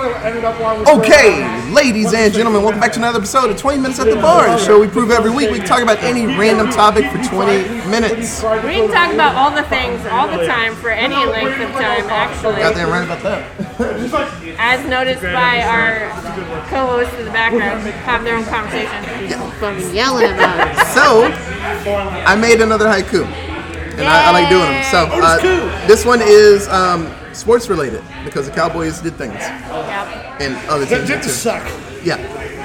ended up where I was Okay, ladies and gentlemen, welcome back to another episode of 20 Minutes at the Bar, a show we prove every week. We talk about any random topic for 20 minutes. We can talk about all the things all the time for any length of time, actually, Goddamn right about that. as noticed by our co-hosts in the background have their own conversation. Fucking yelling about it. So, I made another haiku, and I, I like doing them. So, Oh, uh, this one is um, sports related because the Cowboys did things, Yep. and other That teams did did too. suck. Yeah.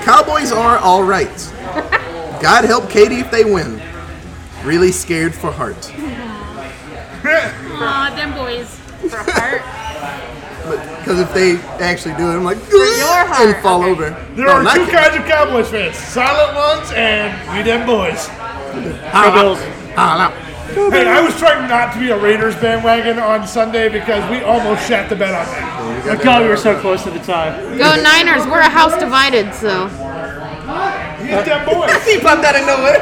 Cowboys are all right. God help Katie if they win. Really scared for heart. Aw, them boys. For heart. Because if they actually do it, I'm like, heart, and fall okay. over. There No, are not two Katie. kinds of Cowboys fans: silent ones and we them boys. Holla. Holla. Hey, I was trying not to be a Raiders bandwagon on Sunday because we almost shat the bed on that. My Oh, God, we were so close to the time. Go Niners. We're a house divided, so. He's them boys. He popped out of nowhere.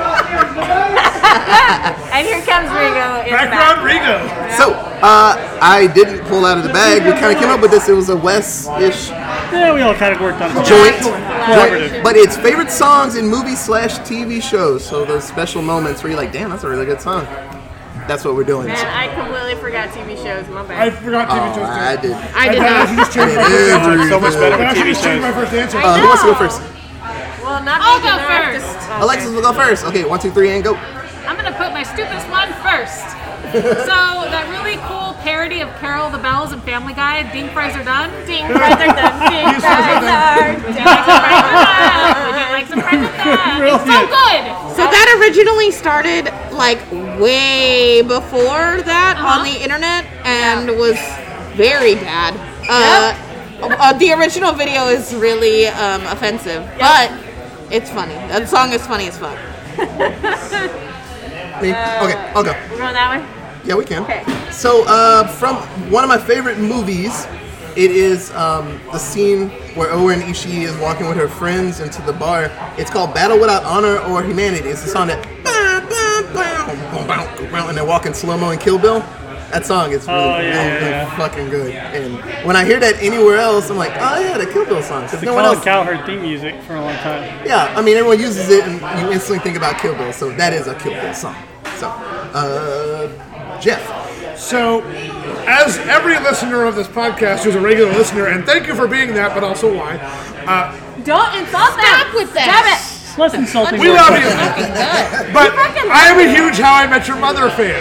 And here comes Rigo. in the back. Background Rego. So, uh, I didn't pull out of the bag. We kind of came up with this. It was a Wes-ish Yeah, we all kind of worked on it. joint. Collaborative. But it's favorite songs in movie slash TV shows. So those special moments where you're like, damn, that's a really good song. That's what we're doing. Man, I completely forgot TV shows. My I bad. forgot Oh, TV shows. I did. I did I not. should just change my first answer. Every So much better I with should TV just change my shows. first answer. Uh, who wants to go first? Well, not I'll me, go then I have to- first. okay. Alexis will go first. Okay, one, two, three, and go. I'm gonna put my stupidest one first. so that really cool parody of Carol the Bells and Family Guy, Ding Fries Are Done. Ding, brother, dun, ding, brother, dun, ding, brother, dun. Would you like some fries with that? It's so Brilliant. good. So that originally started like way before that on the internet and was very bad. Uh, uh, the original video is really um, offensive, but it's funny. That song is funny as fuck. Me? Okay, I'll go. We're going Uh, that way? Yeah, we can. Okay. So, uh, from one of my favorite movies, it is um, the scene where Owen Ishii is walking with her friends into the bar. It's called Battle Without Honor or Humanity. It's the song that. And they're walking slow mo in Kill Bill. That song is really, Oh, yeah, really yeah, yeah. fucking good. And when I hear that anywhere else, I'm like, oh yeah, the Kill Bill song. 'Cause The no one Colin else. Cowherd theme music for a long time. Yeah, I mean, everyone uses it, and you instantly think about Kill Bill, so that is a Kill Bill song. So, uh, Jeff. So, as every listener of this podcast who's a regular listener, and thank you for being that, but also why, uh, Don't insult them. Stop with that. Stop It's less insulting. we than- love you. But I am a huge How I Met Your Mother fan.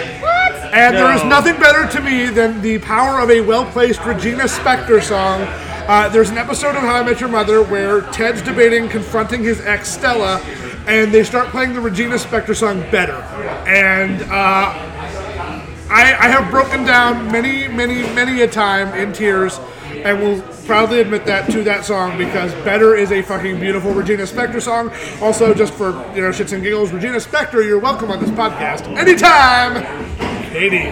And there is No. nothing better to me than the power of a well placed Regina Spektor song. Uh, there's an episode of How I Met Your Mother where Ted's debating confronting his ex Stella, and they start playing the Regina Spektor song better. And uh, I, I have broken down many, many, many a time in tears, and will proudly admit that to that song because "Better" is a fucking beautiful Regina Spektor song. Also, just for you know shits and giggles, Regina Spektor, you're welcome on this podcast anytime. Katie,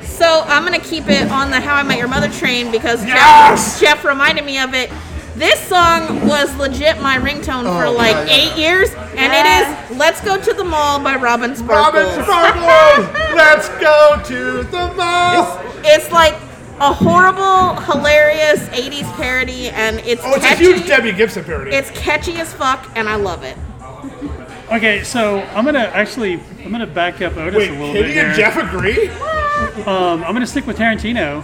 So I'm gonna keep it on the How I Met Your Mother train because Jeff- Yes! Jeff, reminded me of it. This song was legit my ringtone for Oh, like yeah, yeah. eight years, and it is "Let's Go to the Mall" by Robin Sparkles. Robin Sparkles, let's go to the mall. It's like a horrible, hilarious '80s parody, and it's Oh, it's a catchy. huge Debbie Gibson parody. It's catchy as fuck, and I love it. Okay, so I'm gonna actually I'm gonna back up Otis Wait, a little bit Katie here. and Jeff agree? Um, I'm gonna stick with Tarantino,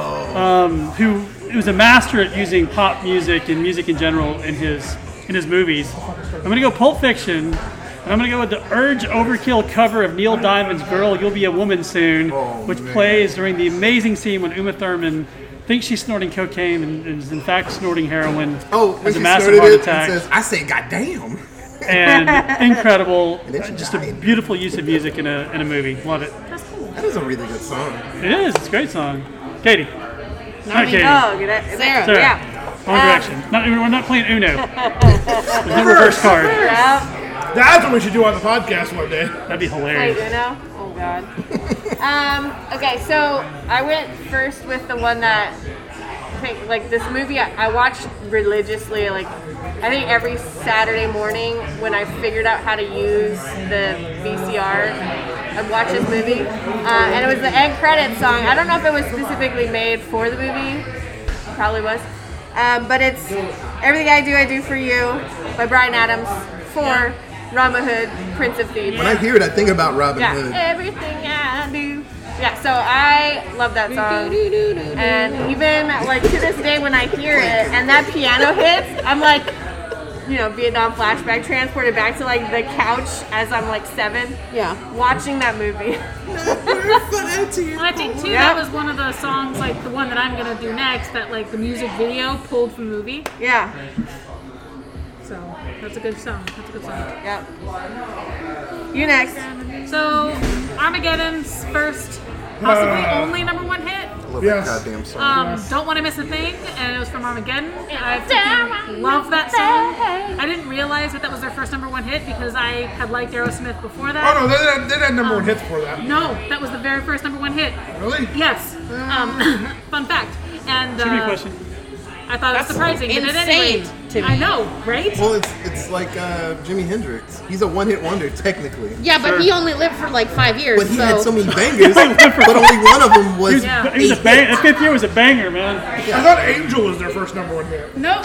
um, who who's a master at using pop music and music in general in his in his movies. I'm gonna go Pulp Fiction, and I'm gonna go with the Urge Overkill cover of Neil Diamond's "Girl, You'll Be a Woman Soon," Oh, which plays during the amazing scene when Uma Thurman thinks she's snorting cocaine and is in fact snorting heroin. Oh, when has she a massive started heart it, attack it says, I say, goddamn. and incredible, then she just a died. beautiful use of music in a in a movie. Love it. That is a really good song. It is. It's a great song. Katie. Not Katie. Oh, good. Sarah. Sarah. Yeah. Wrong Um, direction. Not, we're not playing Uno. There's no reverse card. Yep. That's what we should do on the podcast one day. That'd be Wait, hilarious. Uno? Oh god. um, okay, so I went first with the one that I think like this movie I, I watched religiously like I think every Saturday morning when I figured out how to use the VCR I'd watch this movie. Uh, and it was the end credits song. I don't know if it was specifically made for the movie. Probably was. Um, but it's everything I do, I do for you by Brian Adams for Rama Hood, Prince of Thieves. When I hear it, I think about Robin Yeah, Hood. everything I do. Yeah, so I love that song. And even like to this day when I hear it and that piano hits, I'm like, you know, Vietnam flashback transported back to like the couch as I'm like seven. Yeah. Watching that movie. And I think too Yeah. that was one of the songs, like the one that I'm gonna do next, that like the music video pulled from the movie. Yeah. So that's a good song. That's a good song. Yep. You next. So Armageddon's first, possibly only number one hit. I love Yes. that goddamn song. Um, Don't want to miss a thing, and it was from Armageddon. I freaking love that song. I didn't realize that that was their first number one hit because I had liked Aerosmith before Oh that. no, they had, they had number one hits for that. No, that was the very first number one hit. Really? Yes. Mm. Um, fun fact. And Give me a uh, question. I thought it was surprising. and at any insane rate- to me. I know, right? well, it's it's like uh, Jimi Hendrix. He's a one-hit wonder technically, Yeah, but he only lived for like five years. but he so. had so many bangers, but only one of them was. Yeah. Uh, It was a bang. That fifth year was a banger, man. I thought Angel was their first number one hit. Nope.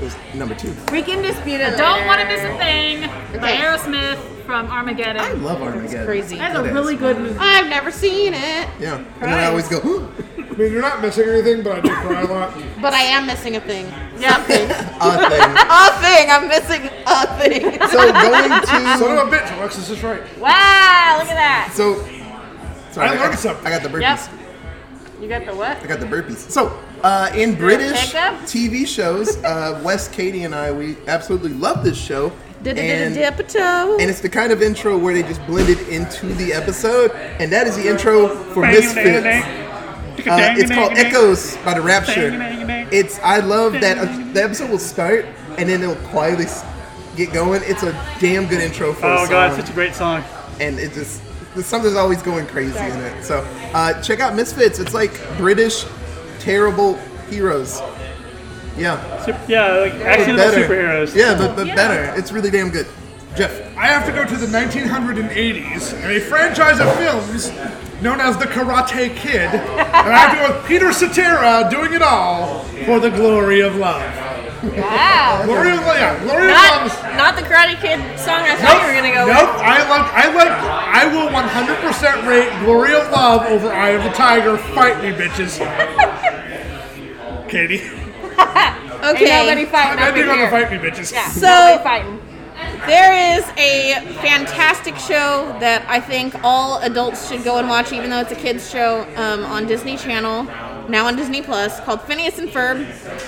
It was number two. We can dispute it. Don't want to later. miss a thing by Okay. Aerosmith from Armageddon. I love Armageddon. crazy. That's a really good movie. I've never seen it, Yeah, and then I always go. I mean, you're not missing anything, but I do cry a lot. but I am missing a thing. Odd thing. A thing. I'm missing a thing. Uh, So going to Son of a bitch, Alexis is right. Wow, look at that. So, sorry, I learned got, something. I got the burpees. Yep. You got the what? I got the burpees. So, uh, in British pickup? TV shows, uh, Wes, Katie, and I, we absolutely love this show. And, Dip a toe. and it's the kind of intro where they just blend it into the episode, and that is the intro for Misfits. Uh, it's called Echoes by the Rapture. It's I love that uh, the episode will start and then it'll quietly s- get going. It's a damn good intro for a Oh song, god, it's such a great song. and it just there's- something's always going crazy in it. So uh, check out Misfits. It's like British terrible heroes. Yeah, Sup- yeah, like but accidental superheroes. Yeah, but, but better. It's really damn good. Jeff, I have to go to the 1980s and a franchise of films known as The Karate Kid, and I have to go with Peter Cetera doing it all for the glory of love. Wow. Glory of love, yeah, glory of love. Not, not the Karate Kid song I thought you were gonna go nope. with. I like. I like. I will 100% rate Glory of Love over Eye of the Tiger. Fight me, bitches. Katie, Ain't nobody Okay. I'm fighting up in ending on the here. fight me, bitches. Yeah. So- nobody fighting. There is a fantastic show that I think all adults should go and watch, even though it's a kids show um, on Disney Channel, now on Disney Plus, called Phineas and Ferb.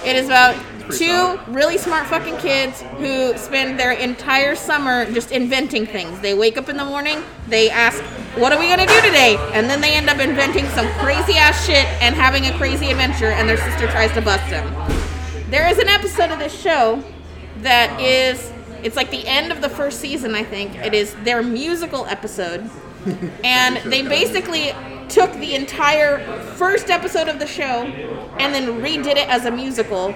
It is about two really smart fucking kids who spend their entire summer just inventing things. They wake up in the morning, they ask, "What are we gonna do today?" and then they end up inventing some crazy ass shit and having a crazy adventure, and their sister tries to bust them there is an episode of this show that is it's like the end of the first season i think it is their musical episode and they basically took the entire first episode of the show and then redid it as a musical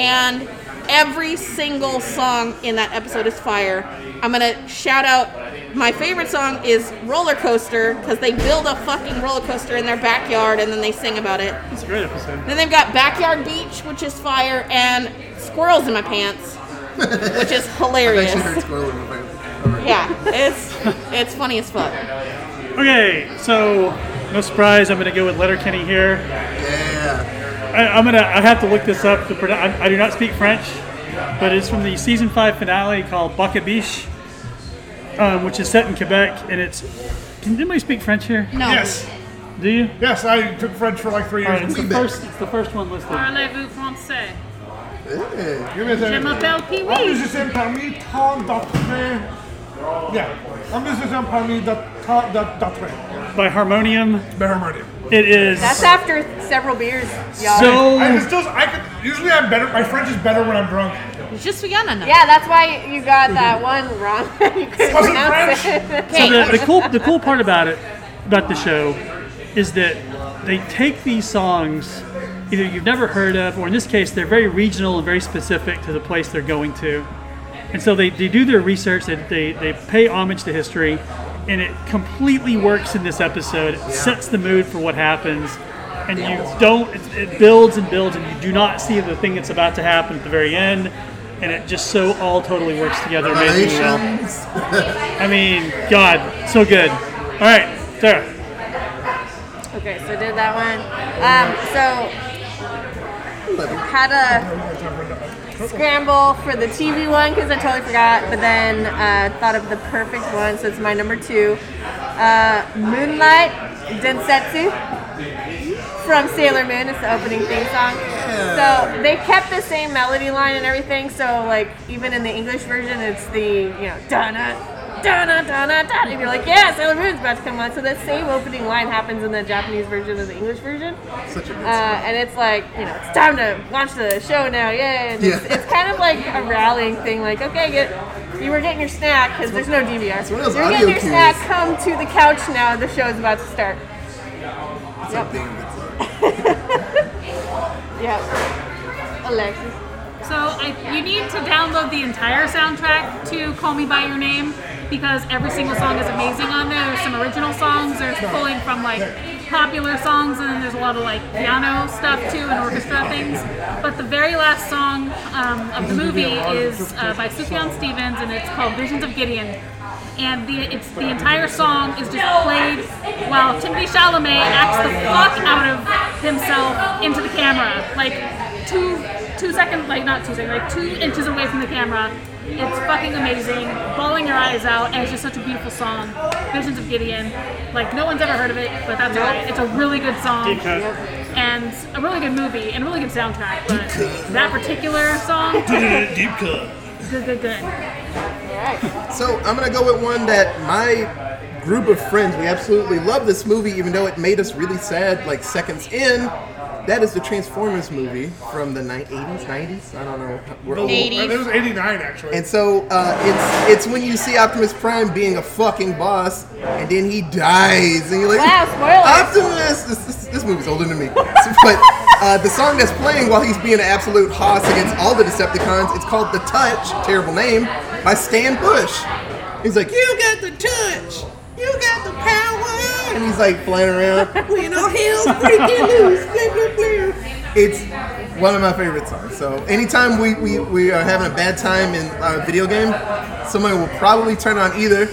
and every single song in that episode is fire i'm gonna shout out my favorite song is roller coaster because they build a fucking roller coaster in their backyard and then they sing about it It's a great episode. then they've got Backyard Beach, which is fire, and Squirrels in My Pants, which is I hilarious. actually heard squirrel in my face. Yeah, it's it's funny as fuck. Okay, so no surprise, I'm gonna go with Letterkenny here. Yeah, I, I'm gonna. I have to look this up. The produ- I, I do not speak French, but it's from the season five finale called Bucket Biche, um, which is set in Quebec, and it's. Can anybody speak French here? No, Yes. Do you? Yes. I took French for like three All right, years. it's the Oui, mais- first. It's the first one listed. Parlez-vous français? Yeah. Give me a Je second. m'appelle En Pee-wee. musicien parmi tant d'autres. Yeah. En musicien parmi d'aut- tant d'aut- d'autres. By Harmonium, Better Meridian. it is That's after several beers, y'all. so. I can still. I could. Usually, I'm better. My French is better when I'm drunk. it's just Vienna. now. yeah, that's why you got that one wrong. you couldn't Wasn't pronounce it. So the, the cool the cool part about it about the show is that they take these songs either you've never heard of or in this case they're very regional and very specific to the place they're going to and so they, they do their research they, they, they pay homage to history and it completely works in this episode It sets the mood for what happens and you don't. It, it builds and builds, and you do not see the thing that's about to happen at the very end, and it just so all totally works together amazingly well. Relations. I mean, God, so good. All right, Sarah. Okay, so did that one. Um, so had a scramble for the TV one because I totally forgot, but then uh, thought of the perfect one, so it's my number two. Uh, Moonlight Densetsu from Sailor Moon. It's the opening theme song. So they kept the same melody line and everything. So like even in the English version, it's the you know donna donna donna donna. And you're like yeah, Sailor Moon's about to come on. So that same opening line happens in the Japanese version and the English version. Such a good Uh, and it's like, you know, it's time to watch the show now, yay! And it's, Yeah. it's kind of like a rallying thing, like, okay, get, you were getting your snack because there's no DVR. one of those You're audio getting your cues. snack. Come to the couch now. The show's about to start. thing. That's like, Yep. Alexis. So I, you need to download the entire soundtrack to Call Me by Your Name because every single song is amazing on there. There's some original songs. There's pulling from like popular songs, and then there's a lot of like piano stuff too and orchestra things. But the very last song um, of the movie is uh, by Sufjan Stevens, and it's called Visions of Gideon. And the it's the entire song is just played while Timothy Chalamet acts the fuck out of himself into the camera, like two two seconds like not two seconds like two inches away from the camera it's fucking amazing bawling your eyes out and it's just such a beautiful song visions of gideon like no one's ever heard of it but that's alright it's a really good song and a really good movie and a really good soundtrack but that particular song Deep cut. good good good So I'm gonna go with one that my group of friends we absolutely love this movie, even though it made us really sad like seconds in. That is the Transformers movie from the ni- 80s, 90s. I don't know. We're old. It was 89, actually. And so uh, it's it's when you see Optimus Prime being a fucking boss, and then he dies, and you're like, Wow, spoilers. Optimus, this, this, this movie's older than me. but uh, the song that's playing while he's being an absolute hoss against all the Decepticons, it's called "The Touch," terrible name, by Stan Bush. He's like, "You got the touch, you got the power," and he's like flying around, you know, hell's breaking loose, blah blah blah. It's one of my favorite songs. So anytime we, we, we are having a bad time in our video game, somebody will probably turn on either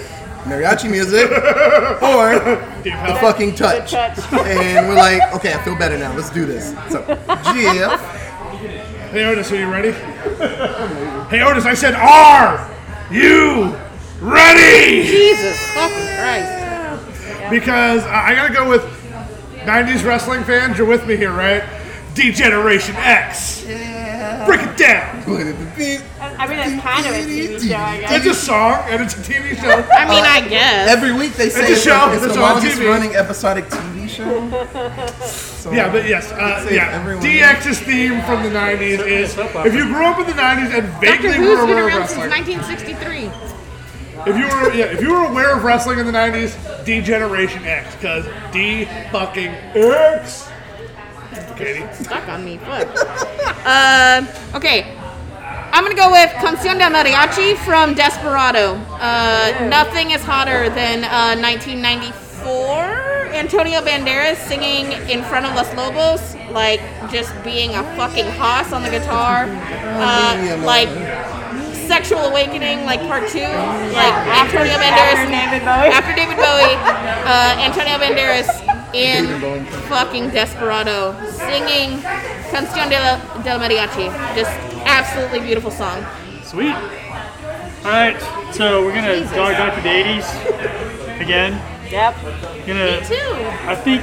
mariachi music or the fucking touch. and we're like, okay, I feel better now. Let's do this. So, Jeff, Hey, Otis, are you ready? hey, Otis, I said, are you ready? Jesus fucking Christ. because I I gotta go with 90s wrestling fans. You're with me here, right? Degeneration X. Break it down. put it to beat. I mean, it's kind of a TV show, I guess. It's a song and it's a TV show. I mean, I guess. Every week they say a show. like, it's It's the on longest TV. running episodic TV show. So, Yeah, but yes, uh, It's yeah. everyone- DX's theme from the 90s is if you grew up in the 90s and Doctor vaguely Who's were been aware of around since wrestling, 1963. if you were yeah, if you were aware of wrestling in the 90s, Degeneration X, because D fucking X. Katie, Stuck on me. Fuck. uh, okay. I'm gonna go with Canción de Mariachi from Desperado. Uh, nothing is hotter than uh, 1994. Antonio Banderas singing in front of Los Lobos, like just being a fucking hoss on the guitar. Uh, like Sexual Awakening, like part two. Like Antonio Banderas. After David Bowie. After David Bowie, uh, Antonio Banderas in fucking Desperado singing Canción de la, del Mariachi. Just absolutely beautiful song. Sweet. All right, so we're gonna dog back to the 80s again. Yep. Gonna, Two. I think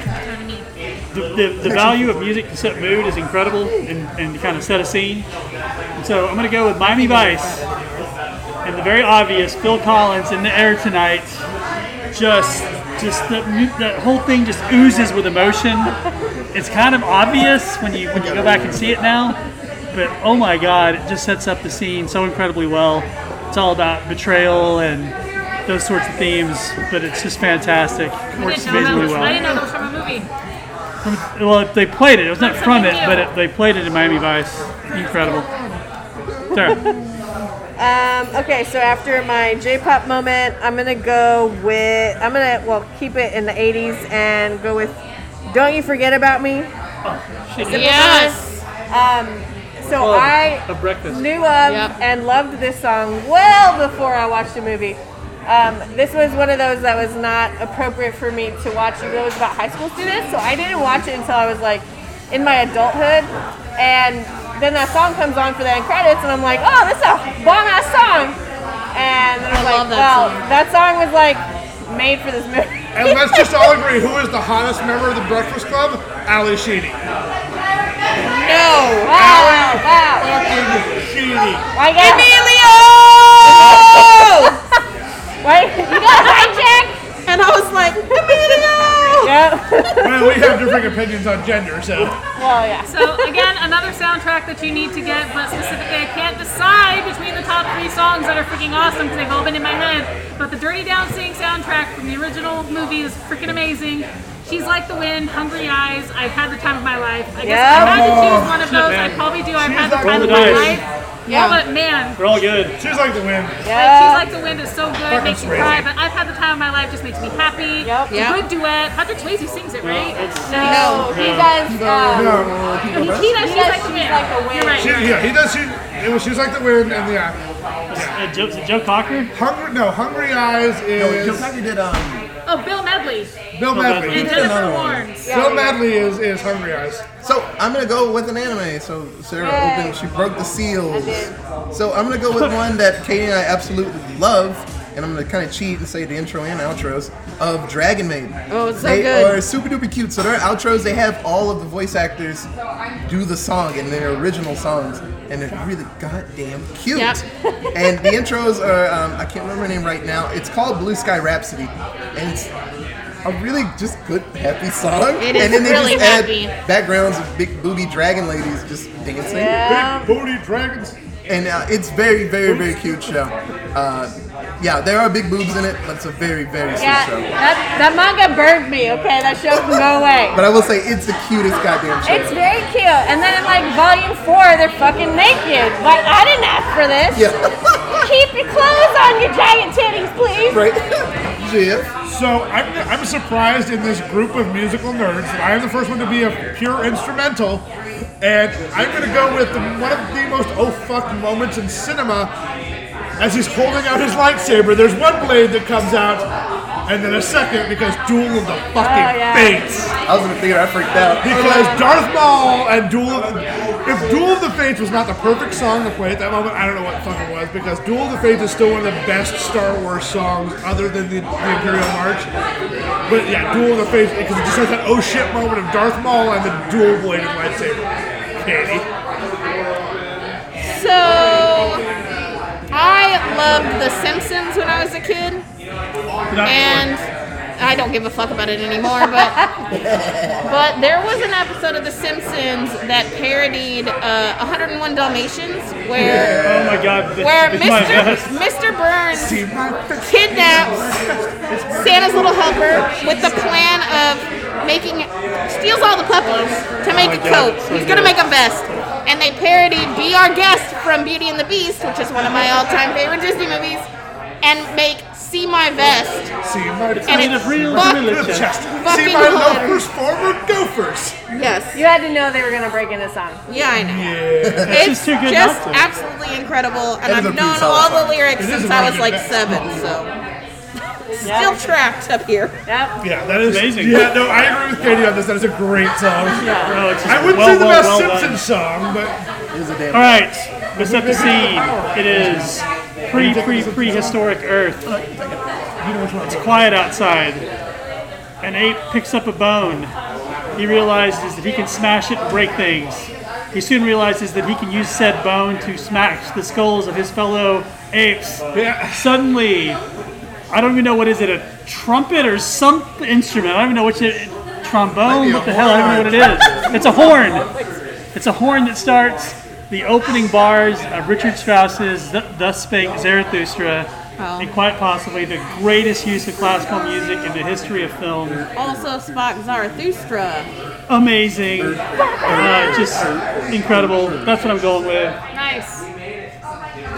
the, the, the value of music to set mood is incredible and, and to kind of set a scene. And so I'm going to go with Miami Vice and the very obvious Phil Collins in the air tonight. Just, just the, mu- that whole thing just oozes with emotion. It's kind of obvious when you when you go back and see it now, but oh my God, it just sets up the scene so incredibly well. It's all about betrayal and those sorts of themes, but it's just fantastic. I Works didn't know that visually was- well. I didn't know that was from a movie Well, they played it. It was not That's from it, something but new. it, they played it in Miami Vice. Incredible. Sarah, Um, okay, so after my J-pop moment, I'm gonna go with I'm gonna well keep it in the '80s and go with Don't you forget about me? Um, Shit. Yes. So Oh, I a breakfast. knew of Yep. and loved this song well before I watched the movie. Um, this was one of those that was not appropriate for me to watch. It was about high school students, so I didn't watch it until I was like in my adulthood. And then that song comes on for the end credits, and I'm like, oh, this is a bomb ass song. And then I'm I like, love that well, song. that song was like made for this movie. And let's just all agree who is the hottest member of the Breakfast Club? Ali Sheedy. No. wow, wow. Fucking Sheedy. Why got Emilio. Why you got hijacked? and I was like, Emilio. Yep. Well, we have different opinions on gender, so. well, yeah. So again, another soundtrack that you need to get, but specifically I can't decide between the top three songs that are freaking awesome because they've all been in my head. But the Dirty Dancing soundtrack from the original movie is freaking amazing. She's Like the Wind, Hungry Eyes. I've had the time of my life. I guess if I had to choose one of those. I man. probably do. I've She's had the Like time the of my Wind. life. Yeah. Yeah, but man, They're all good. She's like the wind. Like, She's Like the Wind is so good, it makes you Swayze. cry, but I've had the time of my life, just makes me happy. Yep. It's Yep. a good duet. Patrick Swayze sings it, right? No, he does. Um, No, He, he does, He She's does Like the She's Wind. Like the Wind. You're right. she, yeah, he does. She, it was. She's like the wind, and yeah, Uh, Joe, is it Joe Cocker? hungry. No, hungry eyes is Just like you did, um, Oh, Bill Medley Bill Medley. Medley. and Jennifer Warnes. Bill Medley is is hungry eyes. so I'm gonna go with an anime. So Sarah Yay. opened, she broke the seals. did. So I'm gonna go with one that Katie and I absolutely love, and I'm gonna kind of cheat and say the intro and outros of Dragon Maid. Oh, it's so they good. are super duper cute. So their outros, they have all of the voice actors do the song in their original songs, and they're really goddamn cute. Yep. and the intros are, um, I can't remember her name right now. It's called Blue Sky Rhapsody, and it's a really just good happy song. It is and then they really just add happy. backgrounds of big booby dragon ladies just dancing. Yeah. Big booty dragons. And uh, it's very, very, very cute show. Uh, yeah, there are big boobs in it, but it's a very, very sweet Yeah, show. that, that manga burned me, okay? That show can go away. But I will say, it's the cutest goddamn show. It's very cute. And then in like volume four, they're fucking naked. Like, I didn't ask for this. yeah. Keep your clothes on, your giant titties, please. right? Jeff? So I'm, I'm surprised in this group of musical nerds that I am the first one to be a pure instrumental, and I'm gonna go with the, one of the most oh fuck moments in cinema as he's holding out his lightsaber. There's one blade that comes out, and then a second because Duel of the Fucking yeah. Fates. I was in the theater, I freaked out. Because Darth Maul and Duel, of- if Duel of the Fates was not the perfect song to play at that moment, I don't know what fuck it was. Because Duel of the Fates is still one of the best Star Wars songs, other than the, the Imperial March. But yeah, Duel of the Fates, because it just has that oh shit moment of Darth Maul and the dual bladed lightsaber. Katie. So I loved The Simpsons when I was a kid, and I don't give a fuck about it anymore. But but there was an episode of The Simpsons that parodied uh, 101 Dalmatians, where Oh my God. this- where this is my Mr. Mr. best. Burns kidnaps Santa's little helper with the plan of making steals all the puppies to make a coat. He's gonna make a vest. And they parodied Be Our Guest from Beauty and the Beast, which is one of my all-time favorite Disney movies, and make See My Vest. See my And Made it's of real fuck- vanilla chest. See Fucking my hilarious. loafers, former gophers. Yes. You had to know they were gonna break into song. Yeah, I know. It's just too good just not to. absolutely incredible, and That is a I've pretty known solid all song. the It lyrics is since a I really was good like vest. seven, so still trapped up here. Yep. Yeah, that is Amazing. Yeah, no, I agree with Katie on this. That is a great song. Oh, it's just I wouldn't well, say the well, best well done. Simpsons song, but It was a damn. All right, let's set the scene. It is pre pre prehistoric Earth. It's quiet outside. An ape picks up a bone. He realizes that he can smash it and break things. He soon realizes that he can use said bone to smash the skulls of his fellow apes. yeah. Suddenly, I don't even know what is it, a trumpet or some instrument. I don't even know which it, trombone, Might be what a the hell, I don't even know what it is. It's a horn. It's a horn that starts the opening bars of Richard Strauss's Th- Thus Spake Zarathustra, and quite possibly the greatest use of classical music in the history of film. Also, Spock Zarathustra. Amazing, uh, just incredible. That's what I'm going with. Nice.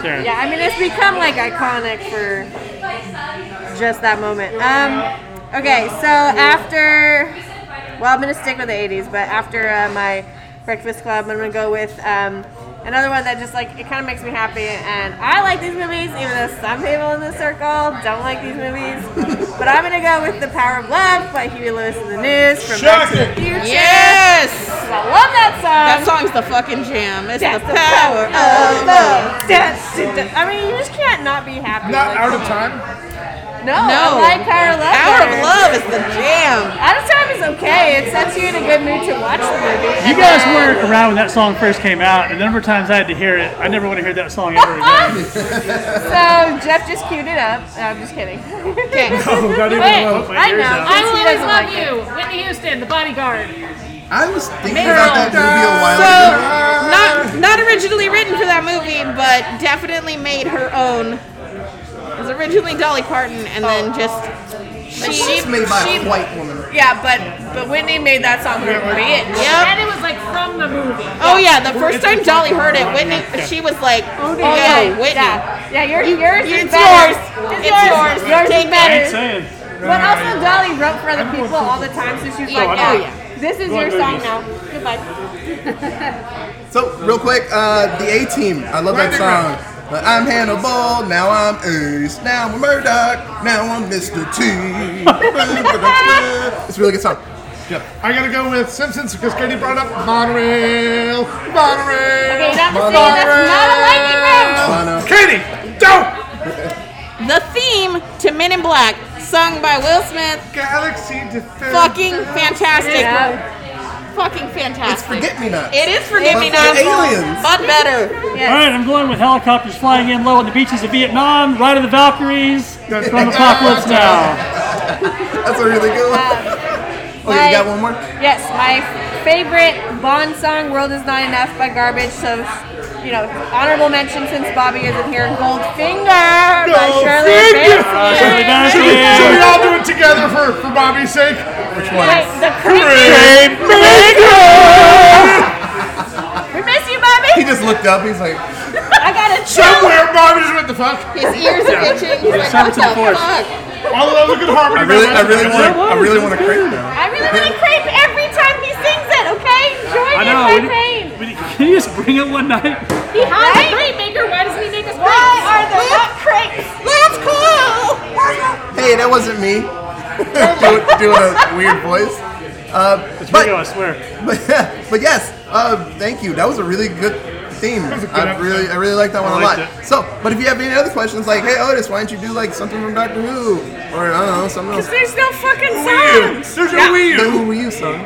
Karen. Yeah, I mean it's become like iconic for just that moment. Um, okay, so after Well, I'm gonna stick with the 80s, but after uh, my Breakfast Club, I'm gonna go with um, another one that just like it kind of makes me happy. And I like these movies, even though some people in the circle don't like these movies. but I'm gonna go with The Power of Love by Huey Lewis and the News from Back to the Future. Yes! 'Cause I love that song. That song's the fucking jam. It's That's the power of love. That's- that's- I mean, you just can't not be happy. Not like, out of time. No, No. I like Power of Love. Power of better. love is the jam. Out of time is okay. It sets you in a good mood to watch the movie. You guys weren't around when that song first came out, and the number of times I had to hear it, I never want to hear that song ever again. So Jeff just queued it up. No, I'm just kidding. No, not even Wait. low. My I ears know. out. I He will always doesn't love like it. you. Whitney Houston, The Bodyguard. I was thinking about that movie a while So, ago. not not originally written for that movie, but definitely made her own. It was originally Dolly Parton, and then just It was made by a white woman. Yeah, but but Whitney made that song her bitch. yep. And it was like from the movie. Oh yeah, the first time Dolly heard it, Whitney, she was like, "Oh yeah, Whitney." Yeah, yeah your, yours is you- it's better. yours. It's It's yours. yours. Yours Take is I ain't better. saying. But also Dolly wrote for other people all the time, so she's like, oh I know. yeah, this is Go on, your song movies. now. Goodbye. So, real quick, uh, the A Team. I love that Lightning song. But I'm Hannibal, now I'm Ace, now I'm Murdoch, now I'm Mr. T. it's a really good song. I gotta go with Simpsons because Katie brought up monorail, monorail. Okay, not the same. That's not a lightning round. Katie, don't. The theme to Men in Black, sung by Will Smith, Galaxy Defense. fucking fantastic, Yeah. fucking It's fantastic. Forget Me Not. It is forgive me But not, for aliens. but better. All right, I'm going with helicopters flying in low on the beaches of Vietnam, Ride of the Valkyries, from Apocalypse Now. That's a really good one. Oh, yeah, you got one more? Yes, my favorite Bond song, "World Is Not Enough" by Garbage. So, you know, honorable mention since Bobby isn't here. Goldfinger by Shirley Goldfinger! Uh, Shirley Bassey. Should we, Bassey. should we all do it together for, for Bobby's sake? Which one? Like, the creepy. Great We miss He you, Bobby. just looked up, he's like, I got a chill. Somewhere Bobby's what the fuck? His ears are itching. He's like, Service "What to the the force. fuck?" All of those look at harmony. I really, I man. really want, I really want to creep now. I really want to creep every time he sings it. Okay, join I in know. my we- pain. we- can you just bring it one night? He has Right? a great maker. Why doesn't he make us Why great? are there not crepes? That's cool. Hey, that wasn't me. doing, doing a weird voice. Uh, It's but, Ringo, I swear. but, but yes, uh, thank you. That was a really good theme. was a good I episode. really, I really like that one I a lot. liked it. So, but if you have any other questions, like, hey Otis, why don't you do like something from Doctor Who, or I don't know, something else. There's no fucking Wii U. songs. There's your Wii The U. Who Were You song.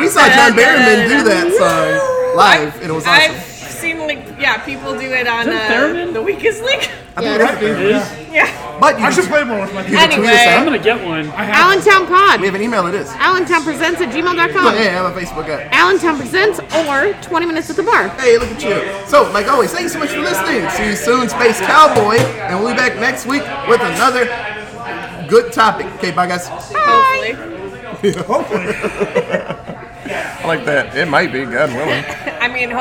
We saw John Barrowman do that song live, and it was awesome. I've seen like yeah, people do it on Is it uh, Theremin? the weakest link. I think that's It the- is. Yeah. But you I can, should you play more with my kids. can tweet us Anyway. I'm out. gonna get one. Allentown We Pod. have an email. It is. AllentownPresents But at gmail.com. hey, I have a Facebook app. Allentown Presents or 20 Minutes at the Bar. Hey, look at you. So, like always, thank you so much for listening. See you soon, Space Cowboy. And we'll be back next week with another good topic. Okay, bye, guys. Hopefully. I like that. It might be, God willing. I mean,